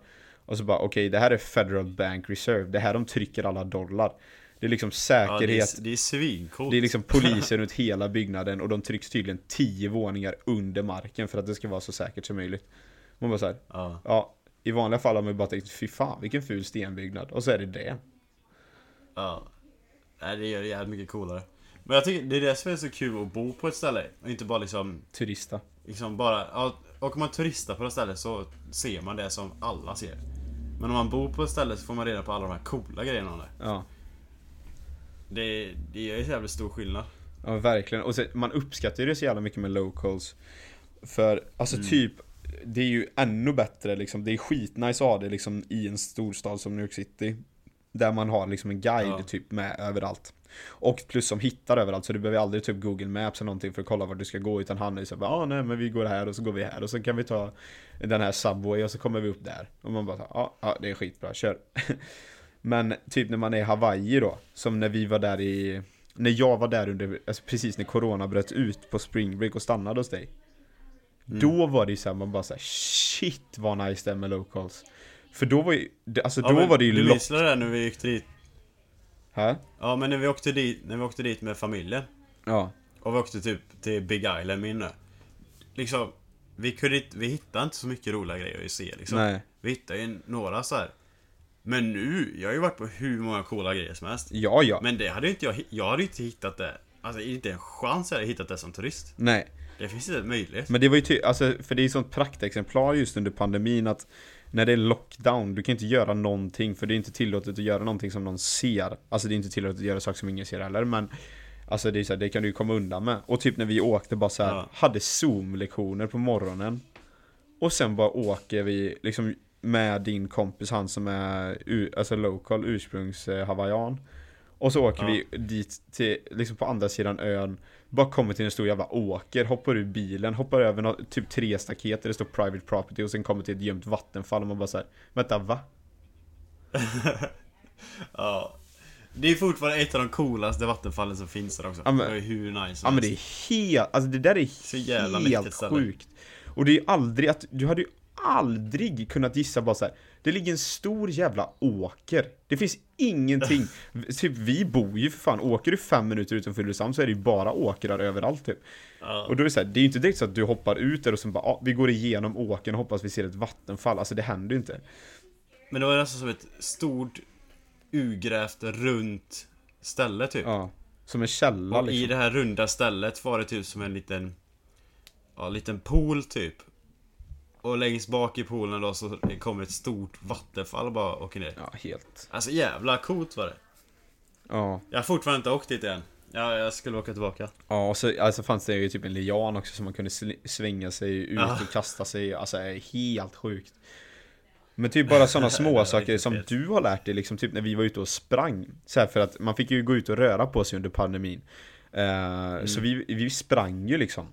S1: Och så bara okej, det här är Federal Bank Reserve, det här de trycker alla dollar. Det är liksom
S2: Ja, det,
S1: säkerhet,
S2: är, det är svincoolt.
S1: det är liksom
S2: [LAUGHS]
S1: poliser runt hela byggnaden och de trycks tydligen 10 våningar under marken för att det ska vara så säkert som möjligt. Man bara så här,
S2: Ja.
S1: ja, i vanliga fall har man ju bara tänkt fy fan vilken ful stenbyggnad och så är det det.
S2: Ja. Nej, det gör det jävligt mycket coolare. Men jag tycker det är det som är så kul att bo på ett ställe. Och inte bara liksom,
S1: Turista.
S2: liksom bara... Ja, åker man turista på ett ställe så ser man det som alla ser. Men om man bor på ett ställe så får man reda på alla de här coola grejerna om det.
S1: Ja.
S2: Det, det gör ju så jävligt stor skillnad.
S1: Ja verkligen, och så, man uppskattar ju det så jävla mycket med locals För alltså typ Det är ju ännu bättre liksom, det är skitnice att ha det liksom i en storstad som New York City Där man har liksom en guide
S2: Ja.
S1: typ med överallt Och plus som hittar överallt så du behöver aldrig typ google maps eller någonting för att kolla vart du ska gå utan han är ju såhär ah, nej men vi går här och så går vi här och så kan vi ta Den här Subway och så kommer vi upp där Och man bara ja ah, ah, det är skitbra, kör [LAUGHS] Men typ när man är i Hawaii då, som när vi var där i När jag var där under, alltså precis när corona bröt ut på spring break och stannade hos dig Då
S2: Mm.
S1: var det ju såhär, man bara såhär shit vad nice det är med locals För då var ju, det- alltså
S2: Ja,
S1: då
S2: men
S1: var det ju
S2: Du
S1: lock...
S2: visslade det här när vi gick dit.
S1: Här?
S2: Ja men när vi åkte dit, när vi åkte dit med familjen.
S1: Ja,
S2: Och vi åkte typ till Big Island minne. Liksom, vi, kunde, inte- vi hittade inte så mycket roliga grejer att se liksom.
S1: Nej.
S2: Vi hittade ju några så här. Men nu, jag har ju varit på hur många coola grejer som helst.
S1: ja ja,
S2: Men det hade ju inte jag, hi- jag hade ju inte hittat det. Alltså inte en chans jag hade hittat det som turist.
S1: nej
S2: Det finns inte en möjlighet.
S1: Men det var ju ty- alltså, för det är ju sånt praktexemplar just under pandemin att när det är lockdown, du kan inte göra någonting för det är inte tillåtet att göra någonting som någon ser. Alltså det är inte tillåtet att göra saker som ingen ser heller men Alltså det är så här, det kan du ju komma undan med. Och typ när vi åkte bara så här,
S2: Ja.
S1: hade zoom-lektioner på morgonen. Och sen bara åker vi liksom med din kompis, han som är u- alltså local, ursprungs eh, hawaiian. Och så åker
S2: Ja.
S1: vi dit till, liksom på andra sidan ön Bara kommer till en stor jävla åker, hoppar ur bilen, hoppar över något, typ tre staket där det står private property och sen kommer till ett gömt vattenfall och man bara såhär Vänta va?
S2: Ja. Det är fortfarande ett av de coolaste vattenfallen som finns där också.
S1: Ja, men-
S2: det är hur nice som
S1: Ja men det
S2: helst.
S1: är helt, alltså det där är
S2: jävla mäktigt
S1: helt
S2: ställe.
S1: sjukt. Och det är ju aldrig att, du hade ju aldrig kunnat gissa bara så här. Det ligger en stor jävla åker. Det finns
S2: [LAUGHS]
S1: ingenting. typ vi bor ju för fan, åker du fem minuter utanför Ulricehamn så är det ju bara åkrar överallt typ.
S2: Ja.
S1: Och då är det så här, det är ju inte direkt så att du hoppar ut där och sen bara, ah, vi går igenom åkern och hoppas vi ser ett vattenfall. Alltså det händer ju inte.
S2: Men det var nästan som ett stort urgrävt runt ställe typ.
S1: Ja. Som en källa
S2: och i
S1: liksom.
S2: det här runda stället var det typ som en liten, ja, liten pool typ. Och längst bak i poolen då så kom ett stort vattenfall och bara åker ner.
S1: Ja, helt.
S2: Alltså jävla coolt var det.
S1: Ja.
S2: Jag har fortfarande inte åkt dit än. Ja, jag skulle åka tillbaka.
S1: Ja, och så alltså, fanns det ju typ en lian också som man kunde sli- svänga sig ut
S2: Ja.
S1: och kasta sig i. Alltså det är helt sjukt. Men typ bara
S2: [LAUGHS]
S1: sådana små saker som
S2: Riktigt.
S1: du har lärt dig liksom typ när vi var ute och sprang. Så här, för att man fick ju gå ut och röra på sig under pandemin. Eh, Så
S2: Mm.
S1: vi, vi sprang ju liksom.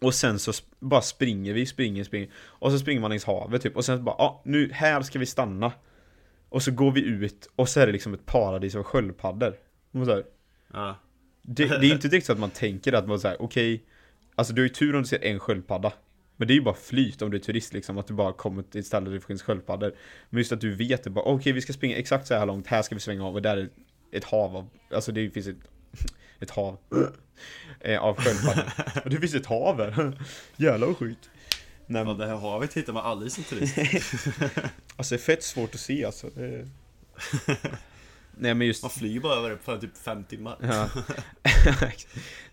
S1: Och sen så sp- bara springer vi, springer, springer. Och så springer man längs havet typ. Och sen bara, ja ah, nu, här ska vi stanna. Och så går vi ut och så är det liksom ett paradis av sköldpaddor. Och så här,
S2: Ja.
S1: det, det är inte direkt så att man tänker att man säger okej, alltså du har ju tur om du ser en sköldpadda. Men det är ju bara flyt om du är turist liksom, att du bara kommer till ett ställe där det finns sköldpaddor. Men just att du vet det bara, okej vi ska springa exakt så här långt, här ska vi svänga av och där är ett hav av, alltså det finns ett, [LAUGHS] ett hav eh, av sköldpaddor. Och det finns ett hav här. [LAUGHS] Jävlar vad sjukt. Nej,
S2: Ja,
S1: men,
S2: det här havet hittar man aldrig som turist.
S1: alltså det är fett svårt att se alltså. Det är- Nej men just
S2: Man flyger bara över det på typ fem timmar.
S1: Ja. [LAUGHS]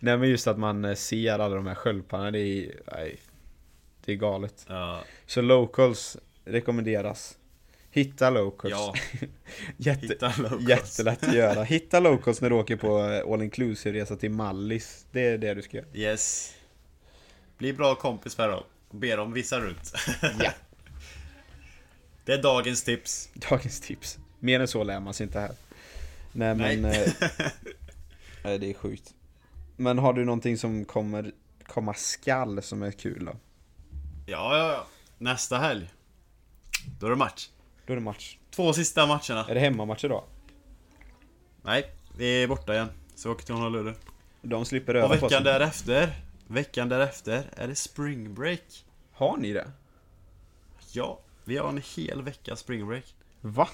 S1: Nej men just att man eh, ser alla de här sköldpaddorna, det är nej, Det är galet.
S2: Ja,
S1: Så locals rekommenderas. Hitta locals.
S2: ja
S1: [LAUGHS] Jätte,
S2: hitta locals.
S1: Jättelätt att göra. Hitta locals när du åker på eh, all inclusive resa till Mallis. Det är det du ska göra.
S2: Yes. Bli bra kompis med dem. Be dem visa runt.
S1: Ja.
S2: [LAUGHS] Det är dagens tips.
S1: [LAUGHS] Dagens tips. Mer än så lär man sig inte här. Nej men...
S2: Nej.
S1: eh, [LAUGHS]
S2: [LAUGHS]
S1: Nej det är sjukt. Men har du någonting som kommer komma skall som är kul då?
S2: Ja, ja, ja. Nästa helg. Då är det match.
S1: Då är det match.
S2: Två sista matcherna.
S1: Är det hemmamatch idag?
S2: Nej, vi är borta igen. Så åker till Honolulu.
S1: De slipper
S2: Och
S1: öva på sig.
S2: veckan därefter. Veckan därefter är det spring break.
S1: Har ni det?
S2: Ja, vi har en hel vecka spring break.
S1: Va?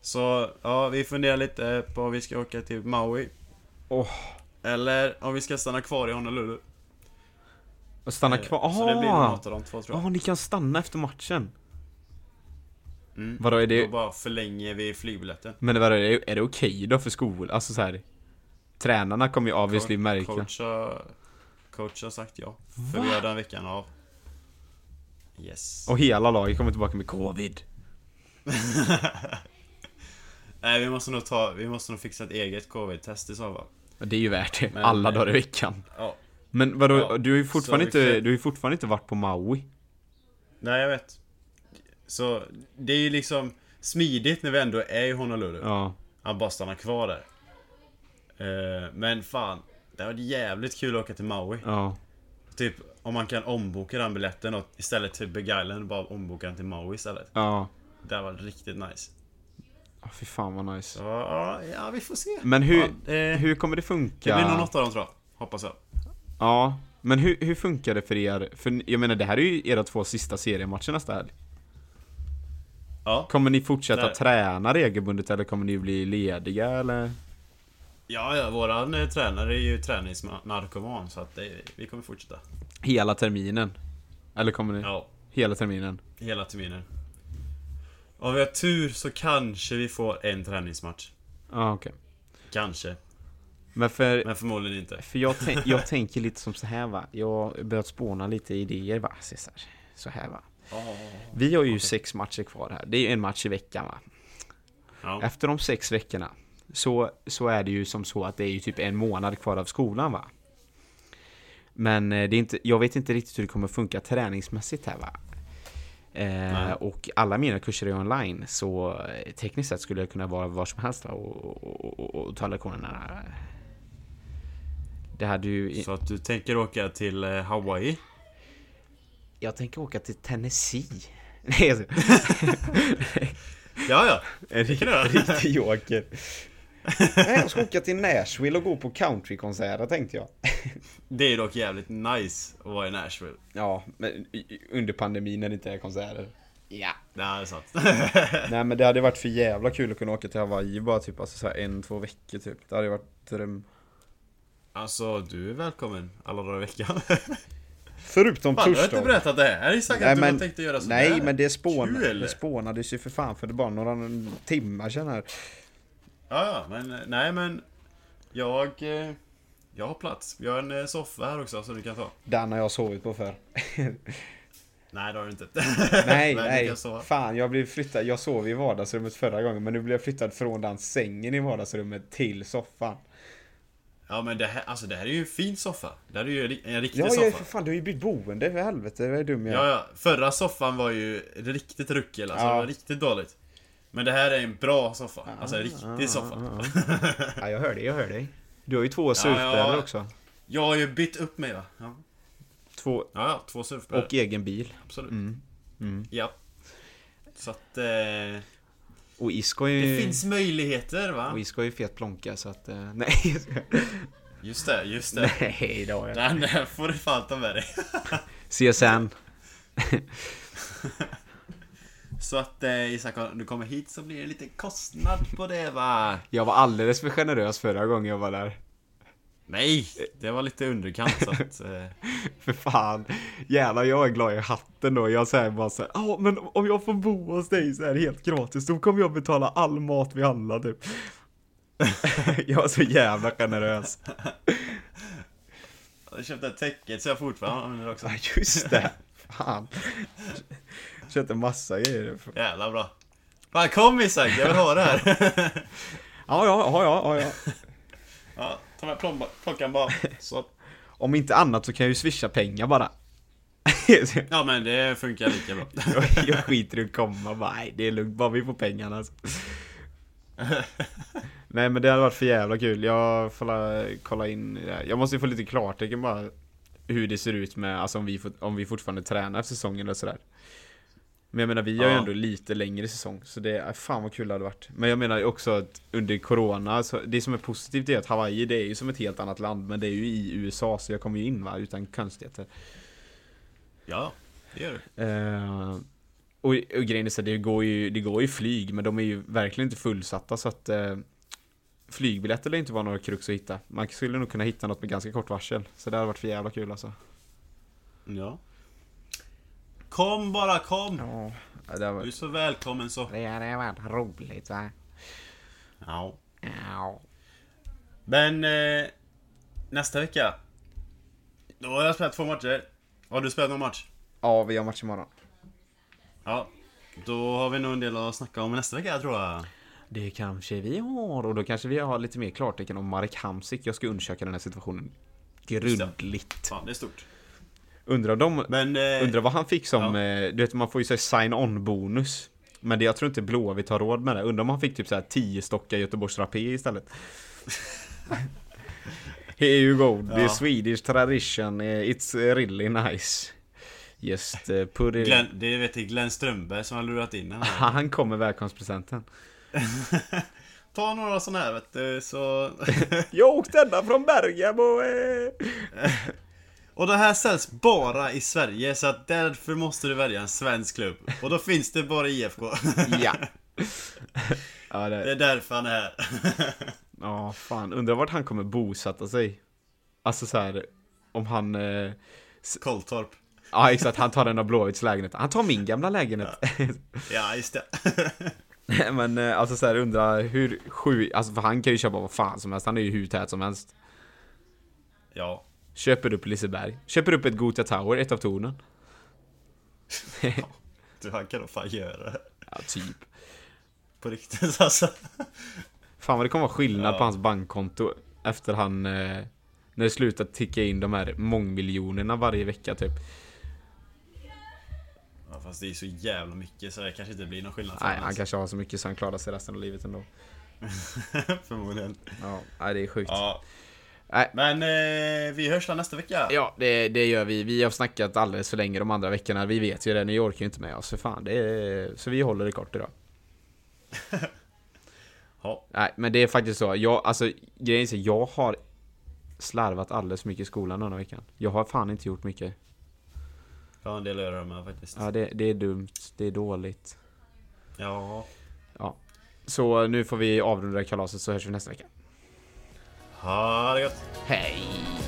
S2: Så ja, vi funderar lite på om vi ska åka till Maui.
S1: Åh.
S2: Eller om vi ska stanna kvar i Honolulu.
S1: Och stanna kvar?
S2: Så det blir nog
S1: Aha!
S2: något av de två tror jag.
S1: Ja, ni kan stanna efter matchen.
S2: Mm.
S1: Vadå, är
S2: Då
S1: det...
S2: bara förlänger vi flygbiljetten.
S1: Men vadå, är det, är det okej då för skol... Alltså så här. Tränarna kommer ju obviously märka.
S2: Coach har, coach har sagt ja. För vi har den veckan av. Yes.
S1: Och hela laget kommer tillbaka med covid.
S2: Nej, vi måste nog ta, vi måste nog fixa ett eget covid-test i så fall.
S1: Och det är ju värt det.
S2: Men-
S1: Alla dagar i veckan.
S2: Ja.
S1: Men vadå,
S2: Ja,
S1: du har ju fortfarande
S2: så
S1: inte,
S2: vi
S1: du
S2: kan-
S1: har ju fortfarande inte varit på Maui.
S2: Nej, jag vet. Så det är ju liksom smidigt när vi ändå är i Honolulu.
S1: Ja.
S2: Han bara stannar kvar där. Eh, men fan, det hade varit jävligt kul att åka till Maui.
S1: Ja.
S2: Typ om man kan omboka den biljetten och istället till Big Island bara omboka den till Maui istället.
S1: Ja.
S2: Det hade varit riktigt nice.
S1: Oh, fy fan vad
S2: Så,
S1: nice.
S2: ja, ja, vi får se.
S1: Men hur,
S2: Ja, eh,
S1: hur kommer det funka?
S2: Det blir nog något av dem tror jag. Hoppas jag.
S1: Ja, men hur, hur funkar det för er? För jag menar, det här är ju era två sista seriematcher nästa helg.
S2: Ja,
S1: Kommer ni fortsätta
S2: Där.
S1: träna regelbundet eller kommer ni bli lediga eller?
S2: ja, ja våran eh, tränare är ju träningsnarkoman så att det, vi kommer fortsätta.
S1: Hela terminen? Eller kommer ni?
S2: Ja,
S1: Hela terminen?
S2: hela terminen. Om vi har tur så kanske vi får en träningsmatch.
S1: Ja, okej.
S2: Kanske.
S1: Men för,
S2: Men förmodligen inte.
S1: för jag, tän- jag tänker lite som så här va. Jag har börjat spåna lite idéer va, Cesar. Så här va. Vi har ju sex matcher kvar här. Det är ju en match i veckan va.
S2: Ja.
S1: Efter de sex veckorna så, så är det ju som så att det är ju typ en månad kvar av skolan va? Men eh, det är inte, jag vet inte riktigt hur det kommer funka träningsmässigt här va? Eh,
S2: Nej.
S1: och alla mina kurser är online så eh, tekniskt sett skulle jag kunna vara var som helst va? och, och, och, och ta lektionerna
S3: Det hade ju...
S2: Så att du tänker åka till eh, Hawaii?
S3: Jag tänker åka till
S1: [LAUGHS]
S3: Tennessee. Nej, alltså.
S2: [LAUGHS] Ja, ja. Det kan
S1: [LAUGHS]
S2: du göra.
S1: Riktig joker. Nej, jag ska åka till Nashville och gå på countrykonserter tänkte jag. [LAUGHS]
S2: Det är dock jävligt nice att vara i Nashville.
S1: Ja, men i- i- under pandemin när det inte är konserter. Ja.
S2: Det här är sant.
S1: Nej men det hade varit för jävla kul att kunna åka till Hawaii bara typ alltså så här en, två veckor typ. Det hade varit dröm.
S2: alltså, du är välkommen alla dagar i veckan.
S1: Förutom
S2: Fan, du har inte
S1: torsdag.
S2: berättat det här Isak, att du bara tänkte göra sådär.
S1: nej men det, spån,
S2: Kul!
S1: det spånades ju för fan för det bara några timmar sedan här.
S2: Ja, ja, men nej men... Jag... eh, Jag har plats. Vi har en eh, soffa här också som du kan ta.
S1: Den har jag sovit på för. [LAUGHS]
S2: Nej, det har du inte. [LAUGHS]
S1: Nej,
S2: du
S1: nej.
S2: kan sova.
S1: Fan, jag blev flyttad. Jag sov i vardagsrummet förra gången, men nu blev jag flyttad från den sängen i vardagsrummet till soffan.
S2: Ja men det här, alltså, det här är ju en fin soffa. Det här är ju en ri- en riktig
S1: Ja, jag är för
S2: soffa.
S1: fan, du har ju bytt boende för helvete. Vad är dum jag
S2: Ja,
S1: är.
S2: ja. Förra soffan var ju riktigt ruckel, alltså
S1: Ja.
S2: det var riktigt dåligt. Men det här är en bra soffa, alltså en riktig soffa.
S1: Ja, jag hör dig, jag hör dig. Du har ju två surfbrädor
S2: surfbrädor ja.
S1: också.
S2: Jag har ju bytt upp mig va? Ja,
S1: Två
S2: ja, ja två surfbrädor.
S1: och Mm, egen bil.
S2: Absolut. Ja. Så att eh, det
S1: Och Isk har ju...
S2: finns möjligheter
S1: Och
S2: va?
S1: Isk har ju fet plånka så att... eh,
S2: [LAUGHS]
S1: Nej,
S2: Just det, just det.
S1: nej det har jag inte.
S2: Den här får du fan ta med dig. [LAUGHS]
S3: CSN.
S2: Så att eh, Isak, om du kommer hit så blir det lite kostnad på det va?
S3: Jag var alldeles för generös förra gången jag var där.
S2: Nej, det var lite underkant så att... Eh, [LAUGHS]
S3: För fan. Jävlar, jag är glad i hatten då. Jag säger bara så här, ja men om jag får bo hos dig så här helt gratis, då kommer jag betala all mat vi handlar typ. [LAUGHS] jag var så jävla generös.
S2: jag köpte ett täcket så jag fortfarande använder det också.
S1: Ja, just det. Fan. Köpte en massa grejer.
S2: Jävla bra. Fan kom Isak, jag vill ha det här. [LAUGHS]
S1: Ja, ja, ja, ja, ja.
S2: Ja, ta med plomba, plockan bara. Så.
S1: Om inte annat så kan jag ju swisha
S3: [LAUGHS]
S1: pengar bara.
S2: Ja men det funkar lika bra. [LAUGHS]
S1: jag, jag skiter i att komma bara, nej det är lugnt, bara vi får pengarna alltså. Nej men det hade varit för jävla kul, jag får la- kolla in det här. Jag måste ju få lite klartecken bara hur det ser ut med, alltså om vi, fort- om vi fortfarande tränar efter säsongen och sådär. Men jag menar vi har ju
S2: Ja.
S1: ändå lite längre säsong, så det, är fan vad kul det hade varit. Men jag menar ju också att under Corona, så det som är positivt är att Hawaii det är ju som ett helt annat land, men det är ju i USA så jag kommer ju in va, utan konstigheter.
S2: Ja, det gör du.
S1: Eh, och, och grejen är så här, det går, ju, det går ju flyg, men de är ju verkligen inte fullsatta så att eh, flygbiljetter lär inte vara några krux att hitta. Man skulle nog kunna hitta något med ganska kort varsel. Så det hade varit för jävla kul alltså.
S2: Ja. Kom bara, kom!
S1: Ja, det hade
S2: Du är
S1: varit...
S2: så välkommen så.
S3: Det hade varit roligt va?
S2: Ja.
S3: Ja.
S2: Men eh, nästa vecka. Då har jag spelat två matcher. Har du spelat någon match?
S1: ja, vi har match imorgon.
S2: Ja. Då har vi nog en del att snacka om nästa vecka tror jag.
S3: Det kanske vi har och då kanske vi har lite mer klartecken om Marek Hamsik. Jag ska undersöka den här situationen grundligt.
S2: Fan, det är stort.
S1: Undrar, om de,
S2: Men... Eh,
S1: undrar vad han fick som, eh, du vet man får ju säga sign-on bonus. Men det, jag tror inte Blåvitt har råd med det. Undrar om han fick typ såhär 10 stockar Göteborgs Rapé [LAUGHS] istället. Here you go, the
S2: Ja.
S1: Swedish tradition, eh, it's eh, really nice. Just eh, put it...
S2: Glenn, det vet jag Glenn Strömberg som har lurat in den
S1: [LAUGHS]
S2: här.
S1: Han kommer välkomstpresenten.
S2: [LAUGHS] Ta några sådana här vet du, så...
S1: Jag åkte ända från Bergamo! Eh.
S2: [LAUGHS] Och det här säljs bara i Sverige, så att därför måste du välja en svensk klubb. Och då finns det bara IFK.
S1: [LAUGHS] Ja. ja,
S2: [LAUGHS] Det
S1: det,
S2: är därför han är [LAUGHS] här.
S1: ja, fan. Undrar vart han kommer bosätta sig. Alltså så här, om han... Eh,
S2: Kolltorp.
S1: Ja exakt, han tar den av Blåvitts lägenhet. Han tar min gamla lägenhet.
S2: Ja, just det.
S1: [LAUGHS] Men eh, alltså såhär undrar hur sju, alltså för han kan ju köpa vad fan som helst, han är ju hur tät som helst.
S2: Ja.
S1: Köper upp Liseberg, köper upp ett Gothia Tower, ett av tornen. [LAUGHS]
S2: Du, han kan nog fan göra det.
S1: Ja typ.
S2: På riktigt alltså.
S1: Fan vad det kommer vara skillnad
S2: Ja.
S1: på hans bankkonto efter han, eh, när det slutar ticka in de här mångmiljonerna varje vecka typ.
S2: Ja, fast det är så jävla mycket så det kanske inte blir någon skillnad för
S1: Nej,
S2: honom,
S1: han
S2: alltså.
S1: kanske har så mycket så han klarar sig resten av livet ändå.
S2: [LAUGHS]
S1: [LAUGHS]
S2: Förmodligen.
S1: Ja, nej, det är sjukt.
S2: Ja.
S1: Nej.
S2: Men eh, vi hörs nästa vecka.
S1: Ja, det, det gör vi. Vi har snackat alldeles för länge de andra veckorna. Vi vet ju det, ni orkar ju inte med oss för fan. Det är, så vi håller det kort idag.
S2: Ja.
S1: Nej, men det är faktiskt så. Jag, alltså, grejen är så, jag har slarvat alldeles för mycket i skolan den här veckan. Jag har fan inte gjort mycket.
S2: Jag har en del att göra med faktiskt.
S1: Ja, det, det är dumt. Det är dåligt.
S2: Ja.
S1: Ja. Så nu får vi avrunda kalaset så hörs vi nästa vecka.
S2: Ha det gott.
S1: Hej!